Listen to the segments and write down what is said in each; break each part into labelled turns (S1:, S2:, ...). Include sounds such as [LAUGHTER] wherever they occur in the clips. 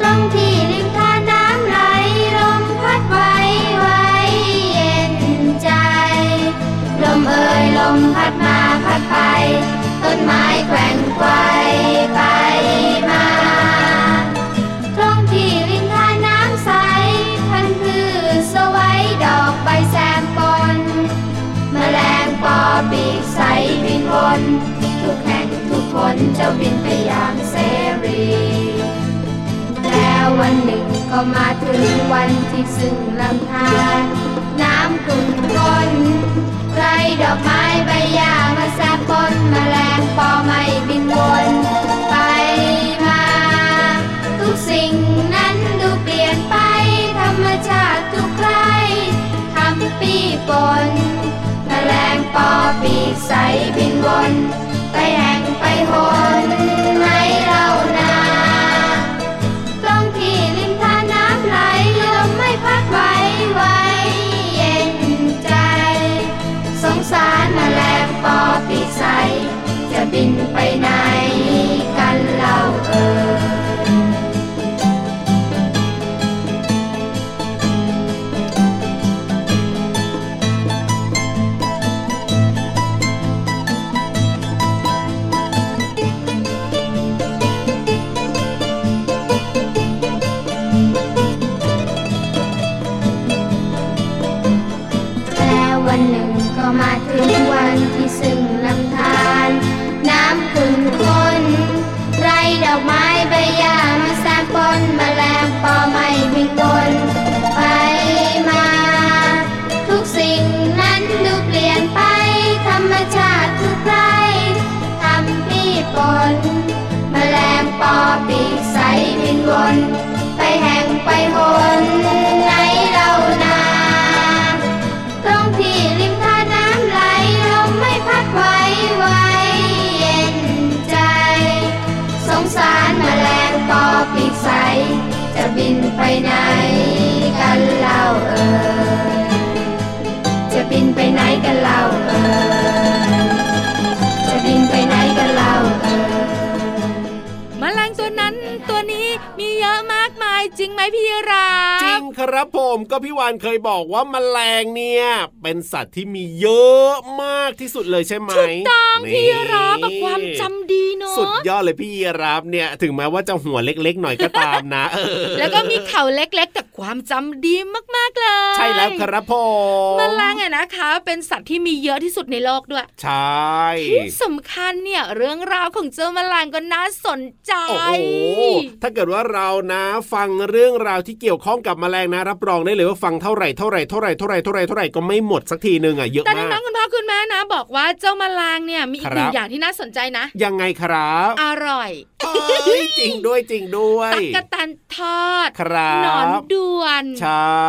S1: ตรงที่ริมทานน้ำไหลลมพัดไว้ไว้เย็นใจ ลมเอ่ยลมพัดมาพัดไป ต้นไม้แกว่งไกวไปมา ตรงที่ริมทานน้ำใสพันธุ์พืชสวัยดอกใบแซมปน แมลงปอปีกใสบินวนทุกแห่งทุกคนเจ้าบินไปอย่างเสรี แล้ววันหนึ่งก็มาถึงวันที่ซึ่งลำธารน้ำขุ่นข้นไรดอกไม้ใบหญ้ามาแซมปนแมลงปอไม่บินวนไปมา ทุกสิ่งนั้นดูเปลี่ยนไป ธรรมชาติทุกใครทำปีปนแมลงปอปีกใสบินวน ไปแห่งไปหนไหนเรานา ตรงที่ริมทานน้ำไหลลมไม่พัดไหวไหวเย็นใจ สงสารแมลงปอปีกใส จะบินไปไหนกันเล่าเออ แล้ววันหนึ่งก็มาถึงวันที่ซึ่งลำธารน้ำขุ่นข้นไรดอกไม้ใบหญ้ามาแซมปนแมลงปอไม่บินวนไปมา ทุกสิ่งนั้นดูเปลี่ยนไป ธรรมชาติทุกไรทำปีปนแมลงปอปีกใสบินวน ไปแห่งไปหนไหนเรานา ตรงที่ริมท่าน้ำไหลลมไม่พัดไว้ไว้เย็นใจ สงสารแมลงปอปีกใส จะบินไปไหนกันเล่าเอ่ยจะบินไปไหนกันเล่าเอ่ยจะบินไปไหนกันเล่าเอ่ย
S2: มแมลงตัวนั้นตัวนี้มีเยอะมากมายจริงไหมพี่ราบ
S3: จริงครับผมก็พี่วานเคยบอกว่าแมลงเนี่ย เป็นสัตว์ที่มีเยอะมากที่สุดเลยใช่ไหม
S2: ถูกต้อง
S3: นี่
S2: พี่ราบแบบความจำดีเนอะ
S3: สุดยอดเลยพี่ยีรับเนี่ย ถึงแม้ว่าจะหัวเล็กๆ หน่อยก็ตามนะเออ
S2: แล้วก็มีเขาเล็กๆ แต่ความจำดีมากๆเลย
S3: ใช่แล้วครับผม
S2: แมลงอะนะคะ เป็นสัตว์ที่มีเยอะที่สุดในโลกด้วย
S3: ใช่
S2: ที่สำคัญเนี่ยเรื่องราวของเจ้าแมลงก็น่าสนใจ
S3: โอ้โหถ้าเกิดว่าเรานะฟังเรื่องราวที่เกี่ยวข้องกับแมลงนะ รับรองได้เลยว่าฟังเท่าไหร่เท่าไหร่เท่าไหร่เท่าไหร่เท่าไหร่เท่าไหร่ก็ไม่หมดสักทีนึงอ่ะเยอะ
S2: แต่
S3: มา
S2: น้อก งๆคุณพ่อคุณแม่นะ บอกว่าเจ้าแมลงเนี่ยมีอี
S3: ค
S2: ก
S3: รั
S2: หนึ่
S3: บ
S2: งอย่างที่น่าสนใจนะ
S3: ยังไงครับ
S2: อร่อย
S3: เอ้ยจริงด้วยจริงด้วย
S2: ตักกะแตันทอด
S3: ครับ
S2: หนอนด่วน
S3: ใช่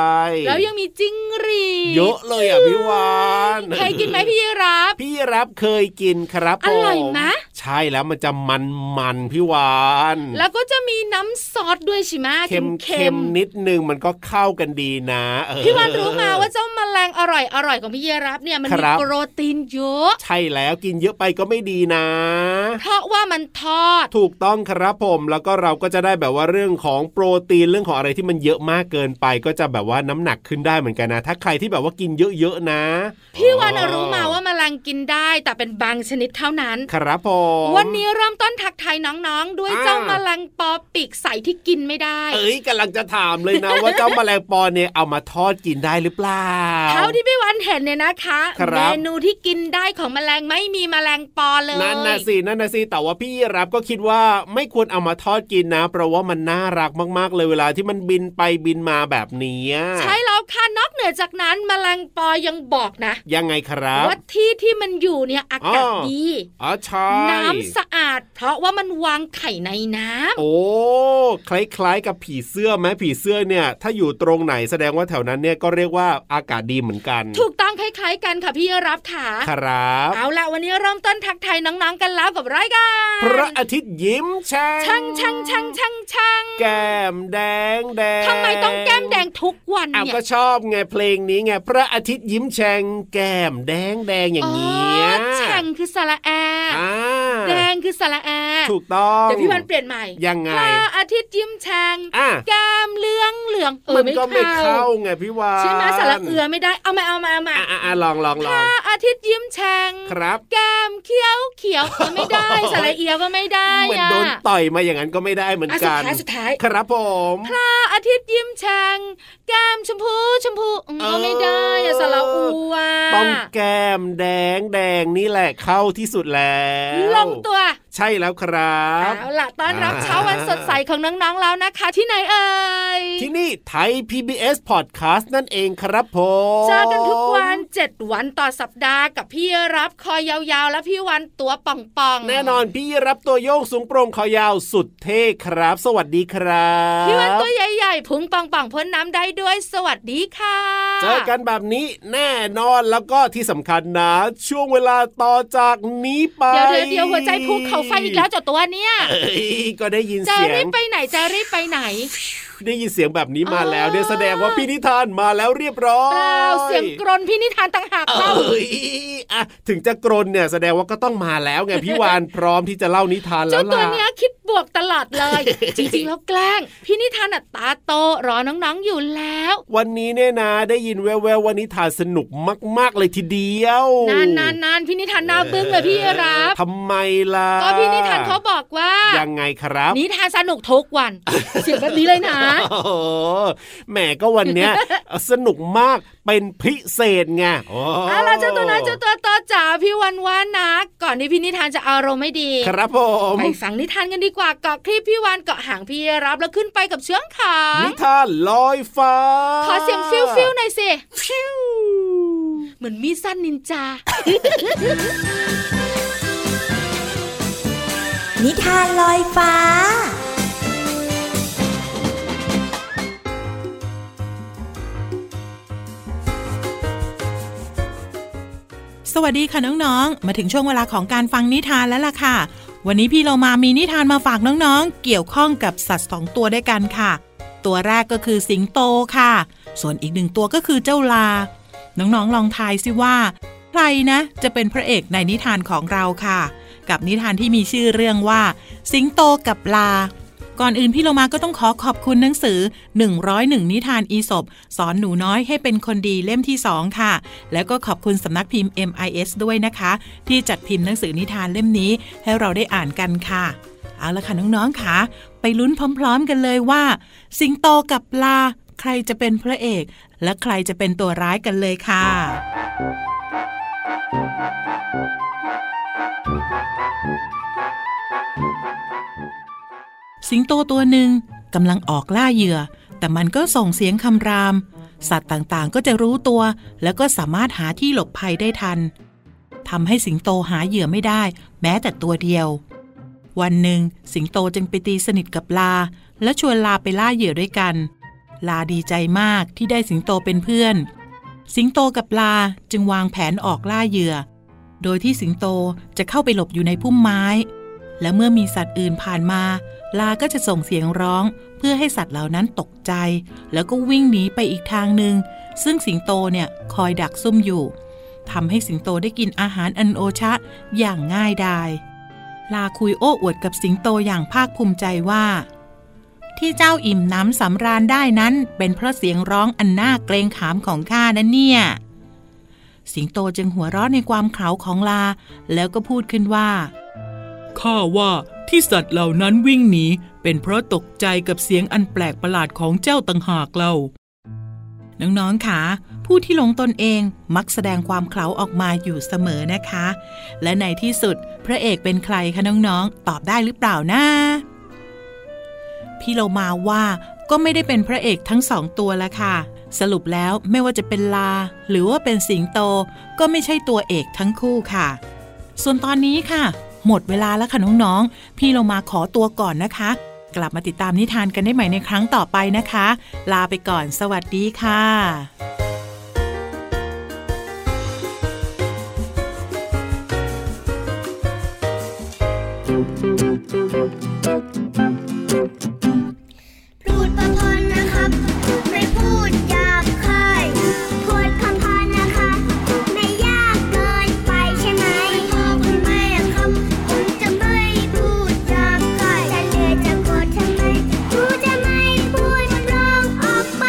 S2: แล้วยังมีจิ้งหรีด
S3: เยอะเลยอ่ะพี่วาน
S2: เคยกินไหมพี่รับ
S3: พี่รับเคยกินครับ
S2: อร่อย
S3: ผม
S2: ไหม
S3: ใช่แล้วมันจะมันมันๆพี่วาน
S2: แล้วก็จะมีน้ำซอสด้วยใช่ไหม
S3: เค็ม
S2: เค็
S3: เค็ม
S2: มๆ
S3: นิดนึงมันก็เข้ากันดีนะเออ
S2: พี่วันรู้มาว่าเจ้าแมลงอร่อยอร่อยของพี่รับเนี่ยมัน
S3: ค
S2: มี
S3: รับ
S2: โปรตีนเยอะ
S3: ใช่แล้วกินเยอะไปก็ไม่ดีนะ
S2: เพราะว่ามันทอด
S3: ถูกต้องครับผมแล้วก็เราก็จะได้แบบว่าเรื่องของโปรตีนเรื่องของอะไรที่มันเยอะมากเกินไป ก็จะแบบว่าน้ำหนักขึ้นได้เหมือนกันนะ ถ้าใครที่แบบว่ากินเยอะๆนะ
S2: พี่วันรู้มาว่าแมลงกินได้ แต่เป็นบางชนิดเท่านั้น
S3: ครับผม
S2: วันนี้เริ่มต้นทักทายน้องๆ ด้วย
S3: อ่า
S2: เจ้าแมลงปอปีกใสที่กินไม่ได้
S3: เอ้ยกำลังจะถามเลยนะ ว่าเจ้าแมลงปอเนี่ยเอามาทอดกินได้หรือเปล่า
S2: เท่าที่พี่วันเห็นเนี่ยนะคะ
S3: ครับ
S2: เมนูที่กินได้ของแมลงไม่มีแมลงปอเลย
S3: นั่นนะสินั่นนะสิแต่ว่าพี่รับก็คิดว่าไม่ควรเอามาทอดกินนะ เพราะว่ามันน่ารักมากๆเลยเวลาที่มันบินไปบินมาแบบเนี้ย
S2: ใช่แล้ว ค่ะนอกเหนือจากนั้นแมลงปอยังบอกนะ
S3: ยังไงครับ
S2: ว่าที่ที่มันอยู่เนี่ยอากาศ
S3: อ๋อ
S2: ดี
S3: อ๋อใช่
S2: น้ำสะอาด เพราะว่ามันวางไข่ในน้ำ
S3: โอ้คล้ายๆกับผีเสื้อไหมผีเสื้อเนี่ย ถ้าอยู่ตรงไหนแสดงว่าแถวนั้นเนี่ยก็เรียกว่าอากาศดีเหมือนกัน
S2: ถูกต้องคล้ายๆกันค่ะพี่รับค่ะ
S3: ครับ
S2: เอาละวันนี้เริ่มต้นทักทายน้องๆกันแล้วกับรายการ
S3: พระอาทิตย์ยิ้มแช่ง
S2: ช่างช่างช่างช่างช่าง
S3: แก้มแดงแดง
S2: ทำไมต้องแก้มแดงทุกวัน
S3: อ้าว
S2: เนี่ย
S3: ก็ชอบไงเพลงนี้ไงพระอาทิตย์ยิ้มแฉ่งแก้มแดงแดงอย่าง
S2: อ๋
S3: เงี้ย
S2: อแฉ่งคือสระแอ
S3: อ่า
S2: แดงคือสระแอ
S3: ถูกต้อง
S2: เดี๋ยวพี่วันเปลี่ยนใหม่
S3: ยังไง
S2: พระอาทิตย์ยิ้มแฉ่ง
S3: อ่ะ
S2: แก้มเหลืองเหลืองเออ
S3: มันก็ไม่เข้าไงพี่วาน
S2: ใช่ไหมสระเอือไม่ได้เอามาเอามาเอามา
S3: อ่ะอ่ะอ่ะลองลอง
S2: พ
S3: ลอง
S2: ระอาทิตย์ยิ้มแฉ่ง
S3: ครับ
S2: แก้มเขียวเขียวเออไม่ได้ สระเอียก็ไม่ได้
S3: เหมือน
S2: อะ
S3: โดนต่อยมาอย่างนั้นก็ไม่ได้เหมือน
S2: อ่ะสุด
S3: กัน
S2: ท้ายสุดท้าย
S3: ครับผม
S2: พระอาทิตย์ยิ้มแฉ่งแก้มชมพูชมพูอืมก็ไม่ได้อะสระอูอะ
S3: ต้องแก้มแดงแดงนี่แหละเข้าที่สุดแล้ว
S2: ลงตัว
S3: ใช่แล้วครับ
S2: เอาล่ะต้อนรับ
S3: อ่า
S2: เช้าวันสดใสของน้องๆแล้วนะคะ ที่ไหนเอ่ย
S3: ที่นี่ไทย PBS Podcast นั่นเองครับผม
S2: เจอกันทุกวันเจ็ดวันต่อสัปดาห์กับพี่รับคอยยาวๆ และพี่วันตัวป่องๆ
S3: แน่นอนพี่รับตัวโยกสูงโปร่งคอยาวสุดเท่ครับ สวัสดีครับ
S2: พี่วันตัวใหญ่ๆพุงป่องๆพ้นน้ำได้ด้วยสวัสดีค่ะ
S3: เจอกันแบบนี้แน่นอนแล้วก็ที่สำคัญนะ ช่วงเวลาต่อจากนี้ไป
S2: เดี๋ยวเดี๋ยวเดี๋ยวหัวใจพุ่งเขาไฟอีกแล้วเจ้าตัวเนี่ย
S3: เอ้ยก็ได้ยิน
S2: จะ
S3: เสีย
S2: รี
S3: ง
S2: บไปไหนจะรีบไปไหน
S3: ได้ยินเสียงแบบนี้มาแล้วเนี่ย
S2: อ๋อ
S3: แสดงว่าพี่นิทานมาแล้วเรียบร้อ
S2: เป
S3: ย
S2: ล่าเสียงกรนพี่นิทานต่างหาก
S3: เอ
S2: เล่า
S3: ้ยอ่ะถึงจะกรนเนี่ยแสดงว่าก็ต้องมาแล้ว [LAUGHS] ไงพี่วาน พร้อมที่จะเล่านิทานแล้
S2: เจ้าวตัว
S3: ล่ะ
S2: เนี้ยคิดบวกตลอดเลย จริงๆแล้วแกล้ง พี่นิทานอ่ะตาโตรอน้องๆอยู่แล้ว
S3: วันนี้เนี่ยนะ ได้ยินแววๆว่านิทานสนุกมาก ๆ เลยทีเดียวน
S2: านนานนานพี่นิทานหน้าบึ้งเลยพี่รับ
S3: ทำไมล่ะ
S2: ก็พี่นิทานเขาบอกว่า
S3: ยังไงครับ
S2: นิทานสนุกทุก
S3: [LAUGHS]
S2: วัน เสียงแบบนี้เลยนะ
S3: โอ้โหแหมก็วันเนี้ย [LAUGHS] สนุกมากเป็นพิเศษไงโอ้
S2: เอาล่ะเจ้าตัวน้อยเจ้าตัวโตจ๋าพี่วันวานนะก่อนที่พี่นิทานจะอารมณ์ไม่ดี
S3: ครับผม
S2: ไปฟังนิทานกันดีกว่าเกาะคลิปพี่วานเกาะหางพี่รับแล้วขึ้นไปกับเชือกขา
S3: นิทานลอยฟ้า
S2: ขอเสียงฟิวฟิวๆหน่อยสิเหมือนมีดสั้นนินจา
S4: นิทานลอยฟ้า
S5: สวัสดีค่ะน้องๆ มาถึงช่วงเวลาของการฟังนิทานแล้วล่ะค่ะ วันนี้พี่เรามามีนิทานมาฝากน้องๆ เกี่ยวข้องกับสัตว์สองตัวด้วยกันค่ะ ตัวแรกก็คือสิงโตค่ะ ส่วนอีกหนึ่งตัวก็คือเจ้าลา น้องๆ ลองทายสิว่า ใครนะจะเป็นพระเอกในนิทานของเราค่ะ กับนิทานที่มีชื่อเรื่องว่า สิงโตกับลา ก่อนอื่นพี่เรามาก็ต้องขอขอบคุณหนังสือ 101 นิทานอีสบสอนหนูน้อยให้เป็นคนดีเล่มที่ 2 ค่ะ แล้วก็ขอบคุณสำนักพิมพ์ MIS ด้วยนะคะ ที่จัดพิมพ์หนังสือนิทานเล่มนี้ให้เราได้อ่านกันค่ะ เอาละค่ะน้องๆค่ะ ไปลุ้นพร้อมๆกันเลยว่า สิงโตกับปลา ใครจะเป็นพระเอก และใครจะเป็นตัวร้ายกันเลยค่ะ สิงโตตัวหนึ่งกำลังออกล่าเหยื่อ แต่มันก็ส่งเสียงคำราม สัตว์ต่างๆก็จะรู้ตัว แล้วก็สามารถหาที่หลบภัยได้ทันทำให้สิงโตหาเหยื่อไม่ได้ แม้แต่ตัวเดียว วันหนึ่ง สิงโตจึงไปตีสนิทกับลา และชวนลาไปล่าเหยื่อด้วยกัน ลาดีใจมากที่ได้สิงโตเป็นเพื่อน สิงโตกับลาจึงวางแผนออกล่าเหยื่อ โดยที่สิงโตจะเข้าไปหลบอยู่ในพุ่มไม้ และเมื่อมีสัตว์อื่นผ่านมา ลาก็จะส่งเสียงร้อง เพื่อให้สัตว์เหล่านั้นตกใจ แล้วก็วิ่งหนีไปอีกทางหนึ่งซึ่งสิงโตเนี่ยคอยดักซุ่มอยู่ทำให้สิงโตได้กินอาหารอันโอชะอย่างง่ายดาย ลาคุยโอ้อวดกับสิงโตอย่างภาคภูมิใจว่า ที่เจ้าอิ่มหน้ำสำราญได้นั้นเป็นเพราะเสียงร้องอันน่าเกรงขามของข้านะเนี่ย สิงโตจึงหัวเราะในความเขาของลา แล้วก็พูดขึ้นว่า ข้าว่าที่สัตว์เหล่านั้นวิ่งหนี เป็นเพราะตกใจกับเสียงอันแปลกประหลาดของเจ้าต่างหากเรา น้องๆค่ะผู้ที่หลงตนเองมักแสดงความเขลาออกมาอยู่เสมอนะคะ และในที่สุดพระเอกเป็นใครคะน้องๆ ตอบได้หรือเปล่านะ พี่เรามาว่าก็ไม่ได้เป็นพระเอกทั้งสองตัวละค่ะ สรุปแล้วไม่ว่าจะเป็นลา หรือว่าเป็นสิงโตก็ไม่ใช่ตัวเอกทั้งคู่ค่ะ ส่วนตอนนี้ค่ะ หมดเวลาแล้วค่ะน้องๆ พี่เรามาขอตัวก่อนนะคะ กลับมาติดตามนิทานกันได้ใหม่ในครั้งต่อไปนะคะ ลาไปก่อนสวัสดีค่ะ
S6: พูดประพนนะครับ ไม่พูดหยาบคายพูดคำพอนนะคะ ไม่ยากเกินไปใช่ไหมพ่อคุณแม่ครับผมจะไม่พูดหยาบคายจะเลือจะโกรธทำไมกูจะไม่พูดร้องออกไป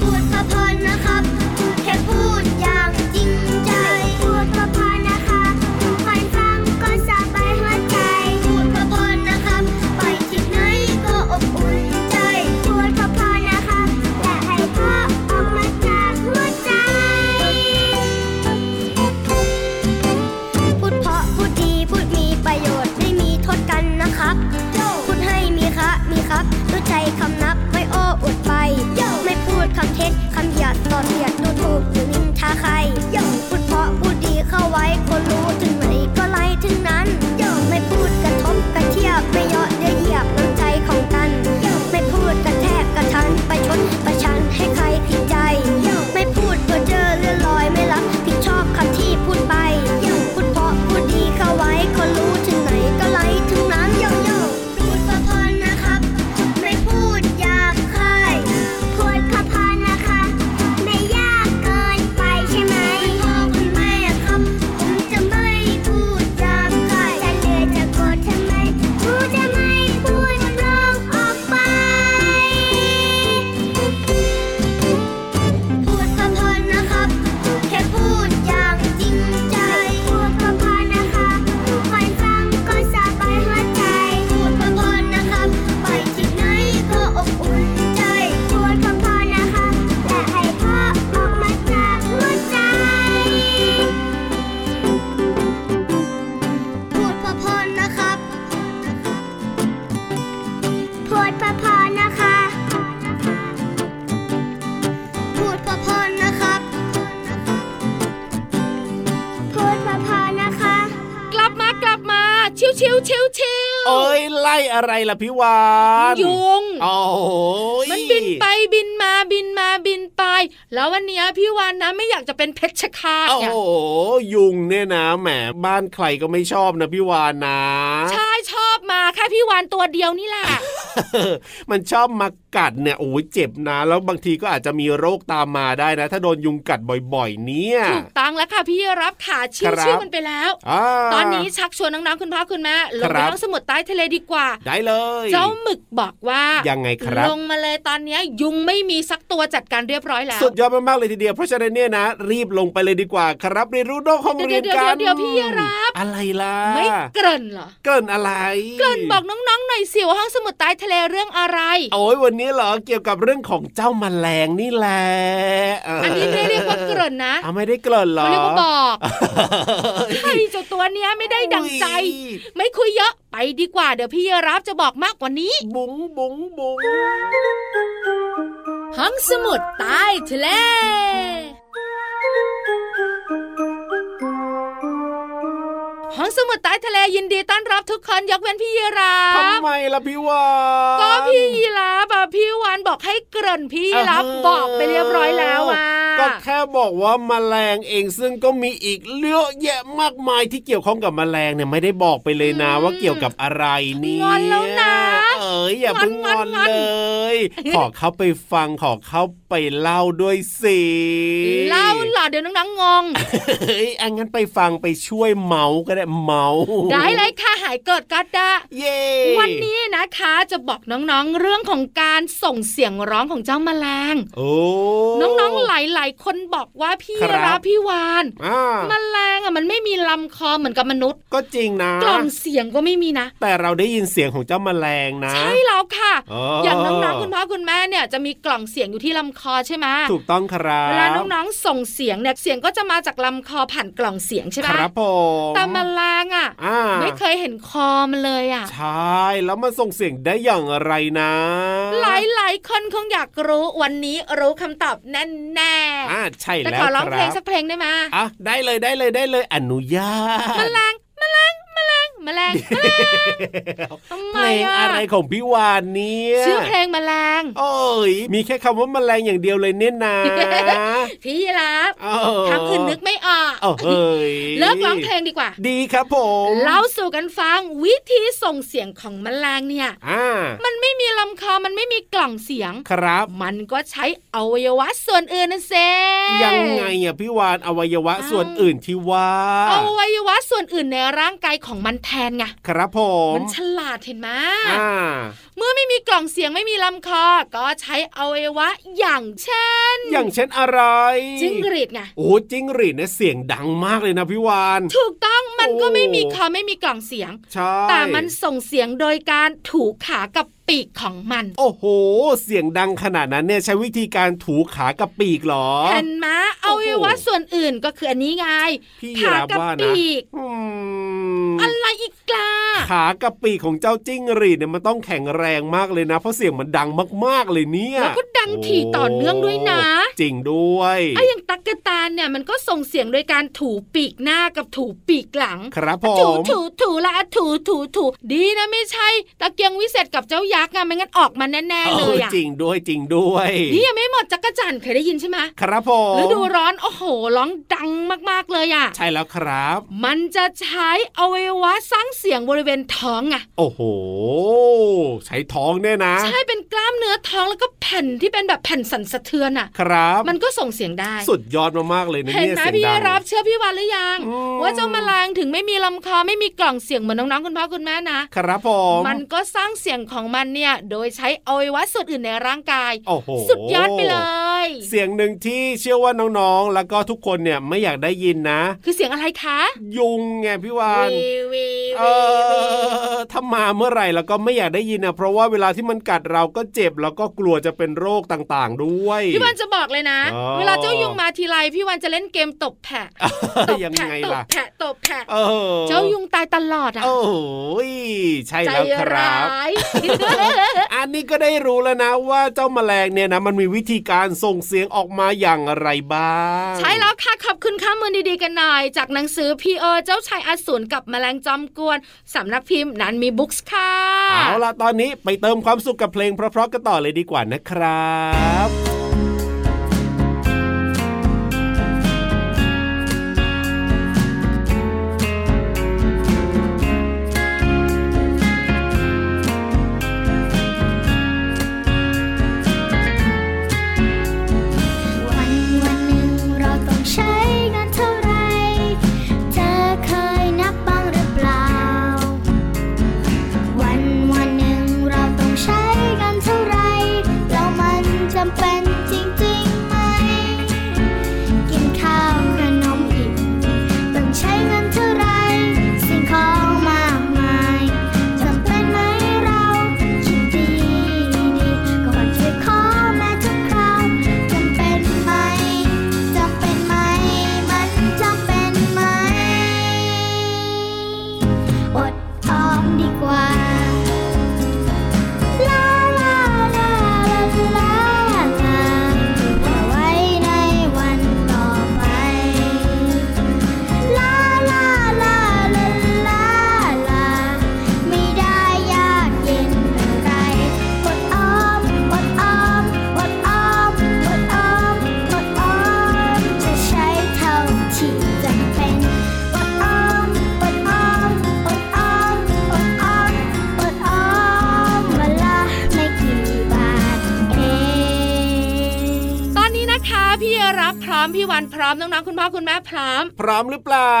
S6: พูดพอพอนะครับ แค่พูดอย่างจริงใจ พูดพอพอนะคะผ่านฟังก็สบายหัวใจ พูดพอพอนะครับ ไปที่ไหนก็อบอุ่นใจ พูดพอพอนะคะและให้พ่อออกมาจากหัวใจ พูดเพราะพูดดีพูดมีประโยชน์ไม่มีโทษกันนะครับ พูดให้มีคะมีครับรู้ใจคำนับไม่โอ้อวดไป ไม่พูดคำเท็จคำเหยียดต่อเหยียดดูถูกหรือนินทาใคร พูดเพราะพูดดีเข้าไว้คนรู้ถึงไหนก็ไล่ถึงนั้น ไม่พูดกระทบกระเทียบไม่เยาะเย้ยเหยียบน้ำใจของกัน ไม่พูดกระแทกกระทันประชดประชันให้ใครผิดใจ ไม่พูดเพ้อเจ้อเลื่อนลอยไม่รับผิดชอบคำที่พูดไป พูดเพราะพูดดีเข้าไว้คนรู้ถึงไหนก็ไล่ถึงนั้นโยโย่พูดเพราะพอนะครับ ไม่พูดหยาบคายพูดเพราะพอนะคะ ไม่ยากเกินไปใช่ไหมพ่อคุณแม่ครับผมจะไม่พูดหยาบคายจะเหนื่อยจะโกรธทำไมกูจะไม่พูดร้องออกไป พูดพอพอนะครับ แค่พูดอย่างจริงใจ พูดพอพอนะคะใครฟังก็สบายหัวใจ พูดพอพอนะครับ ไปที่ไหนก็อบอุ่นใจ พูดพอพอนะคะและให้พ่อออกมาจากหัวใจ พูดพอพอนะครับ พูดพอพอนะคะ พูดพอพอนะครับ พูดพอพอนะคะ
S2: กลับมากลับมาชิวชิวชิวชิว
S3: โอ้ยไล่อะไรล่ะพี่วาน
S2: ยุง
S3: โอ้ย
S2: มันบินไปบินมาบินมาบินไป แล้ววันเนี้ยพี่วานนะไม่อยากจะเป็นเพชฌฆาต
S3: โอ้
S2: เนี่ย
S3: โหยุงเนี่ยนะแหมบ้านใครก็ไม่ชอบนะพี่วานนะ
S2: ใช่ชอบมาแค่พี่วานตัวเดียวนี่แหละ
S3: มันชอบมากัดเนี่ยโอ้ยเจ็บนะ แล้วบางทีก็อาจจะมีโรคตามมาได้นะ ถ้าโดนยุงกัดบ่อยๆ เนี่ย
S2: ถูกต้องแล้วค่ะพี่รับขาชิว
S3: ครับ
S2: ชื่อมันไปแล้ว
S3: อา
S2: ตอนนี้ชักชวนน้องๆคุณพ่อคุณแม่ลงไป
S3: ครับ
S2: ท้องสมุทรใต้ทะเลดีกว่า
S3: ได้เลย
S2: เจ้าหมึกบอกว่ายั
S3: ยังไงครับ
S2: ลงมาเลยตอนเนี้ยยุงไม่มีสักตัวจัดการเรียบร้อยแล้ว
S3: สุดยอดมากๆเลยทีเดียวเพราะฉะนั้นเนี่ยนะ รีบลงไปเลยดีกว่าครับเรียนรู้นอกห้องเรียนกัน
S2: เดี๋ยวๆๆๆพี่รับ
S3: อะไรล่ะ
S2: ไม่เกริ่นเหรอ
S3: เกริ่นอะไร
S2: เกริ่นบอกน้องๆหน่อยสิว่าห้องสมุดใต้ทะเลเรื่องอะไร
S3: โอ้ยวันนี้เหรอเกี่ยวกับเรื่องของเจ้าแมลงนี่แหละเ
S2: อันนี้ไม่ได้เรียกว่าเกริ่นนะ
S3: เอาไม่ได้เกริ่นเหร
S2: เขา
S3: อ
S2: เรียกว่าบอก
S3: เฮ้ย
S2: ไอ้เจ้าตัวเนี้ยไม่ได้ดังใจ ไม่คุยเยอะไปดีกว่าเดี๋ยวพี่รับจะบอกมากกว่านี้
S3: บุ๋งบุ๋งบุ๋ง
S2: ห้องสมุดใต้ทะเล ห้องสมุดใต้ทะเลยินดีต้อนรับทุกคนยกเว้นพี่ยีรา
S3: ทำ
S2: ฟ
S3: ไมล่ะพี่วาน
S2: ก็พี่ยีราฟอะพี่วานบอกให้เกริ่นพี่ยีรับบอกไปเรียบร้อยแล้วอ่ะ
S3: ก็แค่บอกว่าแมลงเองซึ่งก็มีอีกเยอะแยะมากมายที่เกี่ยวข้องกับแมลงเนี่ยไม่ได้บอกไปเลยนะว่าเกี่ยวกับอะไรเนี่ย
S2: งอนแล้วนะ
S3: เอ๋ยอย่าเพิ่งง
S2: งอ
S3: อน น
S2: งอน
S3: เลย ขอเข้าไปฟังขอเข้าไปเล่าด้วยสิ
S2: เล่าเหรอเดี๋ยวน้องๆงง
S3: เฮ้ยอังั้นไปฟังไปช่วยเมาส์ก็ได้เมาส์
S2: ได้เลยค่ะหายเกิดก็ได้
S3: เย้
S2: วันนี้นะคะจะบอกน้องๆเรื่องของการส่งเสียงร้องของเจ้าแมลง
S3: โอ้
S2: น้องๆ หลายๆ คนบอกว่าพี่
S3: ครับ
S2: ราพี่วาน
S3: อ่า
S2: มแมลงอ่ะมันไม่มีลำคอเหมือนกับมนุษย์
S3: ก็จริงนะ
S2: กล่องเสียงก็ไม่มีนะ
S3: แต่เราได้ยินเสียงของเจ้าแมลงนะ
S2: ใช ใช่แล้วค่ะ
S3: อ๋อ
S2: อ
S3: อ
S2: ย่างน้องๆคุณพ่อคุณแม่เนี่ยจะมีกล่องเสียงอยู่ที่ลำคอใช่ไหม
S3: ถูกต้องครับ
S2: เวลาน้องๆส่งเสียงเนี่ยเสียงก็จะมาจากลำคอผ่านกล่องเสียงใช่ไหม
S3: ครับผม
S2: แต่แมลงอ่ะ
S3: อ่า
S2: ไม่เคยเห็นคอมันเลยอ่ะ
S3: ใช่แล้วมันส่งเสียงได้อย่างไรนะ
S2: หลายหลายๆคนคงอยากรู้วันนี้รู้คำตอบแน่แน่ๆ
S3: อ่าใช่
S2: แต่
S3: แล้ว
S2: ขอร้อง
S3: ค
S2: เพ
S3: บ
S2: ลงสักเพลงได้ไหม
S3: อ่ะได้เลยได้เลยได้เลยอนุญา
S2: แม
S3: ต
S2: ลงแมลงแมลงแมลงแมลงทำไม
S3: เพลง
S2: อ่ะ
S3: อะไรของพี่วานเนี่ย
S2: ชื่อเพลงแมลง
S3: โอ้ยมีแค่คำว่าแมลงอย่างเดียวเลยเนี่ย
S2: [LAUGHS]
S3: นะ
S2: พี่รับ
S3: เออ
S2: คำอื่นนึกไม่ออก
S3: เอ้าเฮ้ย
S2: เลิกร้องเพลงดีกว่า
S3: ดีครับผม
S2: เล่าสู่กันฟังวิธีส่งเสียงของแมลงเนี่ย
S3: อ่า
S2: มันไม่มีลำคอมันไม่มีกล่องเสียง
S3: ครับ
S2: มันก็ใช้อวัยวะส่วนอื่นนะเซ
S3: ยังไงอ่ะพี่วานอวัยวะ
S2: อ้าว
S3: ส่วนอื่นที่ว่า
S2: อวัยวะส่วนอื่นในร่างกายของมันแทนไง
S3: ครับผม
S2: มันฉลาดเห็นไหม
S3: อ่า
S2: เมื่อไม่มีกล่องเสียงไม่มีลำคอ ก็ใช้อวัยวะอย่างเช่น
S3: อย่างเช่นอะไร
S2: จิ้งหรีดไง
S3: โอ้จิ้งหรีดเนี่ยเสียงดังมากเลยนะพี่วาน
S2: ถูกต้องมันก็
S3: โอ้
S2: ไม่มีคอไม่มีกล่องเสียง
S3: ใช่
S2: แต่มันส่งเสียงโดยการถูขากับปีกของมัน
S3: โอ้โห เสียงดังขนาดนั้นเนี่ยใช้วิธีการถูขากับปีกเหรอ
S2: เห็นไหมอ
S3: โอ้โห
S2: วัยวะส่วนอื่นก็คืออันนี้ไง
S3: พี่
S2: ขากั
S3: รับว่านะ
S2: ปีก
S3: อืม
S2: อะไรอีกล่ะ
S3: ขากับปีกของเจ้าจิ้งหรีดเนี่ยมันต้องแข็งแรงมากเลยนะ เพราะเสียงมันดังมากๆเลยเนี่ย
S2: แล้วก็ดังถี่ต่อเนื่องด้วยนะ
S3: โอ้จริงด้วย
S2: ไอ้อย่างตักกะแตนเนี่ยมันก็ส่งเสียงโดยการถูปีกหน้ากับถูปีกหลัง
S3: ครับผ
S2: ถู
S3: ม
S2: ถูถูละถูถูถูดีนะไม่ใช่ ตะเกียงวิเศษกับเจ้ายักษ์อะไม่งั้นออกมาแน่ๆเลยอะ
S3: จริงด้วยจริงด้วย
S2: นี่ยังไม่หมดจักรจันทร์เคยได้ยินใช่ไหม
S3: ครับผม
S2: ฤดูร้อนโอ้โหร้องดังมากๆเลยอะ
S3: ใช่แล้วครับ
S2: มันจะใช้อวัยวะสร้างเสียงบริเวณท้องอะ
S3: โอ้โห ใช้ท้องเนี่ยนะ
S2: ใช่เป็นกล้ามเนื้อท้องแล้วก็แผ่นที่เป็นแบบแผ่นสั่นสะเทือนอะ
S3: ครับ
S2: มันก็ส่งเสียงได้
S3: สุดยอดมากๆเลยนะ
S2: เห็น
S3: เนี่ย
S2: ไหม
S3: เสียง
S2: พี่
S3: ดัง
S2: รับเชื่อพี่วันหรือยัง
S3: อืม
S2: ว่าเจ้าแมลงถึงไม่มีลำคอไม่มีกล่องเสียงเหมือนน้องๆคุณพ่อคุณแม่นะ
S3: ครับผม
S2: มันก็สร้างเสียงของมันเนี่ย โดยใช้อวัยวะส่วนอื่นในร่างกาย
S3: โอ้โห
S2: สุดยอดไปเลย
S3: เสียงหนึ่งที่เชื่อว่าน้องๆ แล้วก็ทุกคนเนี่ยไม่อยากได้ยินนะ
S2: คือเสียงอะไรคะ
S3: ยุงไงพี่วาน
S2: วีวี
S3: เอ
S2: วีวี
S3: อถ้ามาเมื่อไหร่แล้วก็ไม่อยากได้ยินนะเพราะว่าเวลาที่มันกัดเราก็เจ็บแล้วก็กลัวจะเป็นโรคต่างๆด้วย
S2: พี่วันจะบอกเลยนะ
S3: อ๋อ
S2: เวลาเจ้ายุงมาทีไรพี่วันจะเล่นเกมตบแผะ
S3: [LAUGHS]
S2: ตบ
S3: ยังไง
S2: แผะตบ
S3: ล่ะ
S2: แผะตบแผะ
S3: เออ
S2: เจ้ายุงตายตลอดอ่ะ
S3: โอ้ยใช่
S2: ใจ
S3: แล้วครั
S2: ร้า
S3: บ
S2: ย
S3: อันนี้ก็ได้รู้แล้วนะว่าเจ้าแมลงเนี่ยนะมันมีวิธีการส่งเสียงออกมาอย่างไรบ้าง
S2: [LAUGHS] ใช่แล้วค่ะขอบคุณข้ามือดีๆกันหน่อย จากหนังสือพีเอเจ้าชายอสูรกับแมลงจอมกวนสำนักพิมพ์นันมีบุ๊กส์ค่ะ
S3: เอาล่ะตอนนี้ไปเติมความสุขกับเพลงเพราะๆกันต่อเลยดีกว่านะครับ
S1: วันวันหนึ่งเราต้องใช้เงินเท่าไร เธอเคยนับบ้างหรือเปล่า วันวันหนึ่งเราต้องใช้เงินเท่าไร แล้วมันจำเป็น
S2: มพี่วันพร้อมน้องๆคุณพ่อคุณแม่พร้อม
S3: พร้อมหรือเปล่า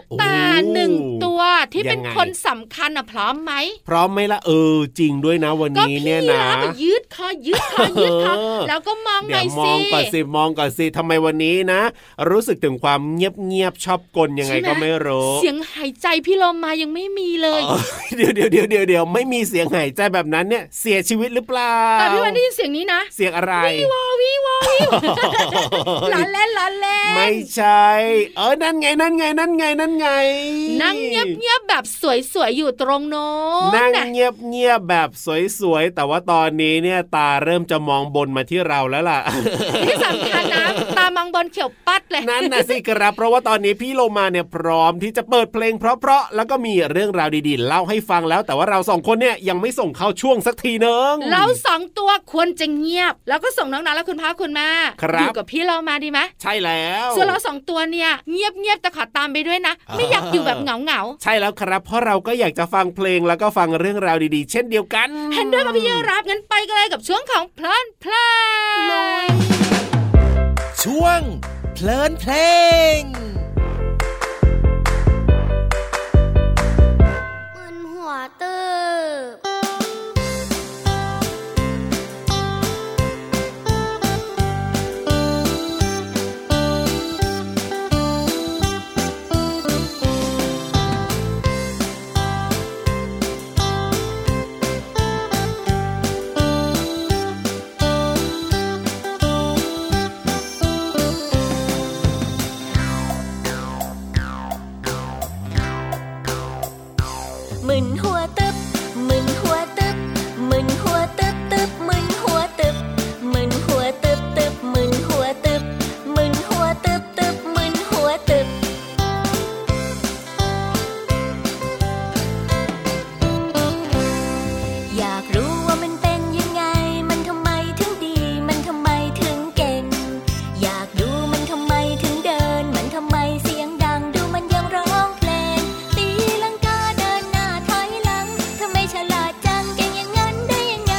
S3: โอ้
S2: แต่หนึ่งตัวที่เป็น
S3: ยังไง
S2: คนสำคัญอ่ะพร้อมไหม
S3: พร้อมไหมล่ะเออจริงด้วยนะวัน
S2: ก็
S3: นี้
S2: พี่
S3: เนี่ยนะ
S2: รับอะยืดคอยืดคอยืดคอ
S3: เออ
S2: แล้วก็มองห
S3: เดี๋
S2: น่
S3: ย
S2: อ
S3: วย ม
S2: สิ
S3: องก่อนสิมองก่อนสิทำไมวันนี้นะ รู้สึกถึงความเงียบเงียบๆชอบกลยังไง
S2: ใช่ห
S3: ก็ไม่รู้
S2: เสียงหายใจพี่โลมายังไม่มีเลย
S3: เออเดี๋ยวเดี๋ยวเดี๋ยวเดี๋ยวเดี๋ยวไม่มีเสียงหายใจแบบนั้นเนี่ย เสียชีวิตหรือเปล่า
S2: แต่พี่วันได้ยินเสียงนี้นะ
S3: เสียงอะไร
S2: วีวอวีวอวีวอ
S3: [LAUGHS]
S2: ล้อเล่นล้อเล่
S3: ไม่
S2: น
S3: ใช่ เออนั่นไงนั่นไงนั่นไงนั่นไง
S2: นั่งเงียบเงียบๆแบบสวยๆอยู่ตรงโน้น
S3: นั่ง
S2: น่ะ
S3: เงียบเงียบแบบสวยๆแต่ว่าตอนนี้เนี่ยตาเริ่มจะมองบนมาที่เราแล้วล่ะ [LAUGHS]
S2: ที่สำคัญนะตามังบอลเขียวปัดเลย
S3: นั่นนะสิครับเพราะว่าตอนนี้พี่โลมาเนี่ยพร้อมที่จะเปิดเพลงเพราะๆแล้วก็มีเรื่องราวดีๆ เล่าให้ฟังแล้ว แต่ว่าเราสองคนเนี่ยยังไม่ส่งเข้าช่วงสักทีนึง
S2: เราสองตัวควรจะเงียบ แล้วก็ส่งน้องๆและคุณพ่อคุณแม่
S3: ครับ
S2: อยู่กับพี่เรามาดีไหม
S3: ใช่แล้ว
S2: ส่วนเราสองตัวเนี่ยเงียบเงียบๆแต่ขอตามไปด้วยนะ ไม่อยากอยู่แบบเหงาเหงา
S3: ใช่แล้วครับ เพราะเราก็อยากจะฟังเพลงแล้วก็ฟังเรื่องราวดีๆ เช่นเดียวกัน
S2: ๆเห็นด้วยกับพี่เยรับงั้นไปกันเลยกับช่วงของเพลินเพลง
S7: ช่วงเพลินเพลง
S1: มึนหัวตืบ
S4: มึนหัวตึบมึนหัวตึบมึนหัวตึบตึบมึนหัวตึบมึนหัวตึบตึบมึนหัวตึบมึนหัวตึบตึบมึนหัวตึบ อยากรู้ว่ามันเป็นยังไง มันทำไมถึงดี มันทำไมถึงเก่ง อยากดูมันทำไมถึงเดิน มันทำไมเสียงดัง ดูมันยังร้องเพลง ตีลังกาเดินหน้าถอยหลัง ทำไมฉลาดจังเก่งอย่างนั้นได้ยังไง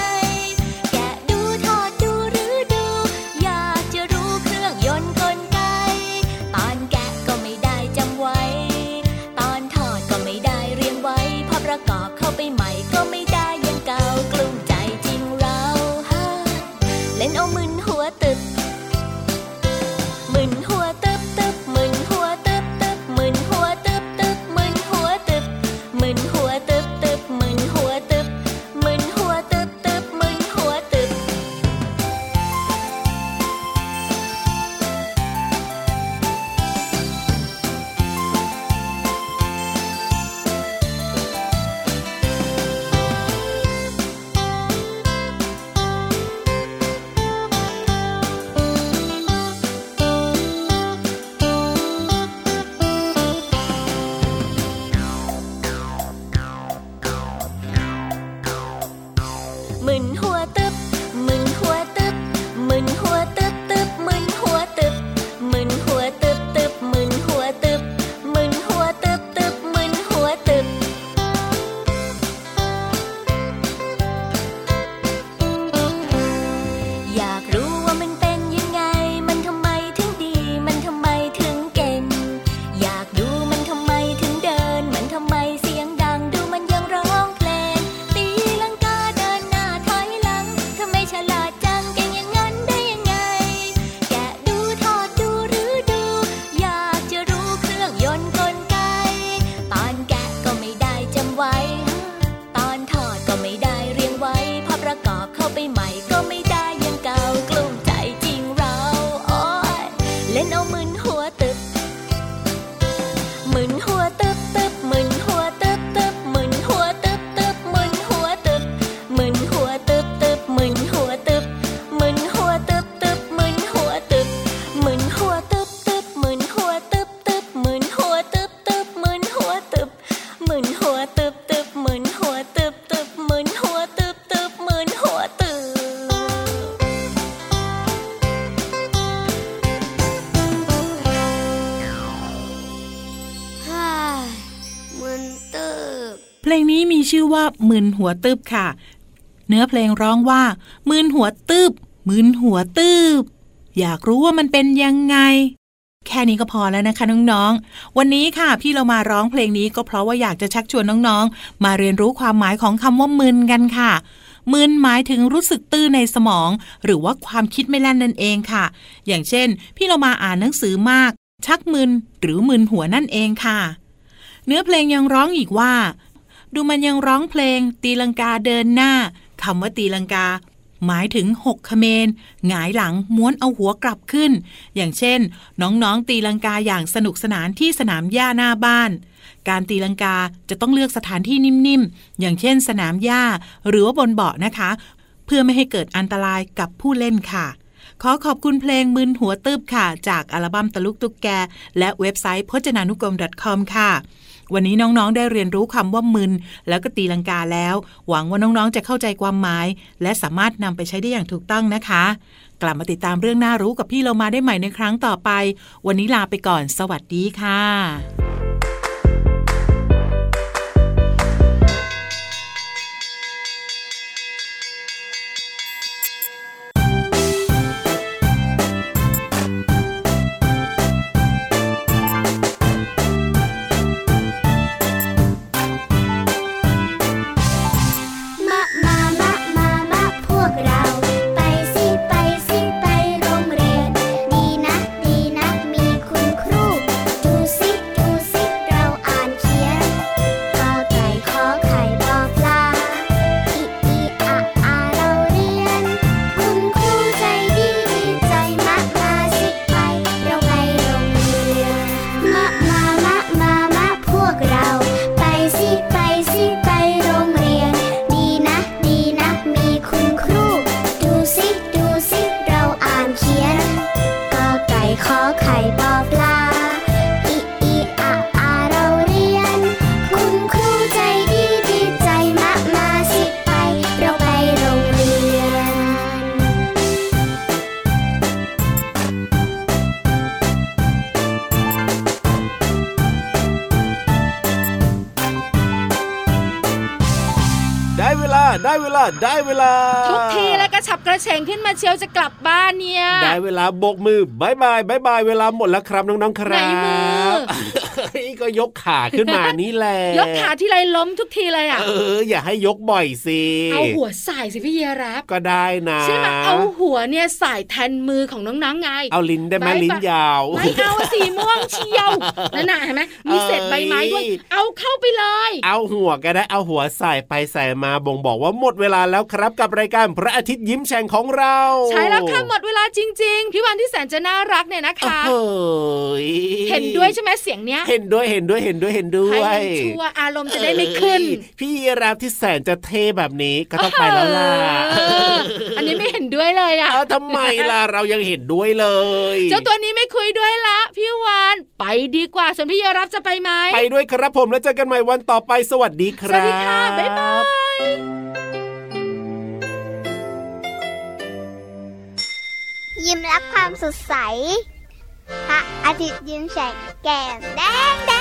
S4: แกะดูทอดดูหรือดู อยากจะรู้เครื่องยนต์กลไก ตอนแกะก็ไม่ได้จำไว้ ตอนถอดก็ไม่ได้เรียงไว้พอประกอบเข้าไปใหม่ก็ไม่ได้อยังเก่ากลุ้มใจจริงเราฮะเล่นเอามึนหัวตึก มึนหัวตึบตึบมึนหัวตึบตึบมึนหัวตึบตึบมึนหัวตึบมึนหัวตึบตึบมึนหัวตึบมึนหัวตึบตึบมึนหัวตึบ มึนหัวตึบมึนหัวตึบมึนหัวตึบตึบมึนหัวตึบมึนหัวตึบตึบมึนหัวตึบมึนหัวตึบตึบมึนหัวตึบ อยากรู้ว่ามันเป็นยังไง มันทำไมถึงดี มันทำไมถึงเก่ง อยากดูมันทำไมถึงเดิน มันทำไมเสียงดัง ดูมันยังร้องเพลง ตีลังกาเดินหน้าถอยหลัง ทำไมฉลาดจังเก่งอย่างนั้นได้ยังไง แกะดูทอดดูหรือดู อยากจะรู้เครื่องยนต์กลไก ตอนแกะก็ไม่ได้จำไว้ ตอนถอดก็ไม่ได้เรียงไว้พอประกอบเข้าไปใหม่ก็ไม่ได้อยังเก่ากลุ้มใจจริงเราโอ้ยเล่นเอามึนหัวตึบ มึนหัวตึบตึบมึนหัวตึบตึบมึนหัวตึบตึบมึนหัวตึบมึนหัวตึบตึบมึนหัวตึบมึนหัวตึบตึบมึนหัวตึบมึนหัวตึบตึบมึนหัวตึบตึบมึนหัวตึบตึบมึนหัวตึบมึนหัวตึบตึบมึนหัวตึบตึบมึนหัวตึบตึบมึนหัวตึบ
S1: ฮ่ามึนตืบ
S5: เพลงนี้มีชื่อว่ามึนหัวตึบค่ะ เนื้อเพลงร้องว่ามึนหัวตึบมึนหัวตึบ อยากรู้ว่ามันเป็นยังไง แค่นี้ก็พอแล้วนะคะน้องๆ วันนี้ค่ะพี่เรามาร้องเพลงนี้ก็เพราะว่าอยากจะชักชวนน้องๆ มาเรียนรู้ความหมายของคำว่ามึนกันค่ะ มึนหมายถึงรู้สึกตื้อในสมอง หรือว่าความคิดไม่แล่นนั่นเองค่ะ อย่างเช่น พี่เรามาอ่านหนังสือมาก ชักมึนหรือมึนหัวนั่นเองค่ะ เนื้อเพลงยังร้องอีกว่า ดูมันยังร้องเพลง ตีลังกาเดินหน้าคำว่าตีลังกา หมายถึงหกเขมรหงายหลังม้วนเอาหัวกลับขึ้น อย่างเช่น น้องๆ ตีลังกาอย่างสนุกสนานที่สนามหญ้าหน้าบ้าน การตีลังกาจะต้องเลือกสถานที่นิ่มๆ อย่างเช่น สนามหญ้า หรือว่าบนเบาะนะคะ เพื่อไม่ให้เกิดอันตรายกับผู้เล่นค่ะ ขอขอบคุณเพลงมึนหัวตืบค่ะ จากอัลบั้มตะลุกตุกแก และเว็บไซต์พจนานุกรม .com ค่ะ วันนี้น้องๆ ได้เรียนรู้คำว่ามึน แล้วก็ตีลังกาแล้ว หวังว่าน้องๆ จะเข้าใจความหมาย และสามารถนำไปใช้ได้อย่างถูกต้องนะคะ กลับมาติดตามเรื่องน่ารู้กับพี่เรามาได้ใหม่ในครั้งต่อไป วันนี้ลาไปก่อน สวัสดีค่ะ
S1: มะมามะมามะพวกเรา ไปสิไปสิไปโรงเรียน ดีนะดีนะมีคุณครู ดูสิดูสิเราอ่านเขียนกอไก่ขอไข่ปอปลาอีอีอะอาเราเรียน คุณครูใจดีดีใจมะมาสิไปเราไปโรงเรียนมะมามะมามะพวกเรา ไปสิไปสิไปโรงเรียน ดีนะดีนะมีคุณครู ดูสิดูสิเราอ่านเขียนกอไก่ขอไข่ปอปลาอีอีอะอาเราเรียน คุณครูใจดีดีใจมะมาสิไปเราไปโรงเรียน
S3: ได้เวลาได้เวลาได้เวลา
S2: ทุกทีแล้วก็ฉับกระเฉงขึ้นมาเชียวจะกลับบ้านเนี่ย
S3: ได้เวลาโบกมือบายบายบายบายเวลาหมดแล้วครับน้องๆค
S2: ไหน
S3: รั
S2: มื
S3: [LAUGHS]
S2: อบ
S3: ก็ยกขาขึ้นมานี่แหละ
S2: ยกขาที่ไรล้มทุกทีเลยอ่ะ
S3: เออ อย่าให้ยกบ่อยสิ
S2: เอาหัวใส่สิพี่เยรับ
S3: ก็ได้นะ
S2: ใช่ไหมเอาหัวเนี่ยใส่แทนมือของน้องๆไง
S3: เอาลิ้นได้ไหม
S2: ไม่
S3: ลิ้นยาว
S2: ไม่เอาสีม่วงเชียว
S3: [LAUGHS]
S2: นั่นน่ะเห็นไหมมีเศษใบไม้ด้วย
S3: เอ้ย
S2: เอาเข้าไปเลย
S3: [LAUGHS] เอาหัวก็ได้เอาหัวใส่ไปใส่มาบ่งบอกว่าหมดเวลาแล้วครับกับรายการพระอาทิตย์ยิ้มแฉ่งของเรา
S2: ใช้แล้วค่ะหมดเวลาจริง ๆ พี่วันที่แสนจะน่ารักเนี่ยนะคะ
S3: เอ้ย
S2: เห็นด้วยใช่ไหมเสียงเนี้ย
S3: เห็นด้วยเห็นด้วยเห็นด้วยเห็นด้ว
S2: ให้
S3: ย
S2: มันชัวร์อารมณ์จะได้ไม่ขึ้น
S3: เอ้ยพี่ยีราฟที่แสนจะเท่แบบนี้ก็ต้องไปแล้วล่ะ
S2: เอออันนี้ไม่เห็นด้วยเลยอ่ะ
S3: เอาทำไมล่ะเรายังเห็นด้วยเลย
S2: เจ้าตัวนี้ไม่คุยด้วยละพี่วานไปดีกว่าส่วนพี่เยรับจะไปไหม
S3: ไปด้วยครับผมแล้วเจอกันใหม่วันต่อไปสวัสดีค
S2: ส
S3: รับ
S2: วัสดีค่ะ บ๊ายบาย
S6: ยิ้มรับความสดใส พระอาทิตย์ยิ้มแฉกแก้มแดงแดง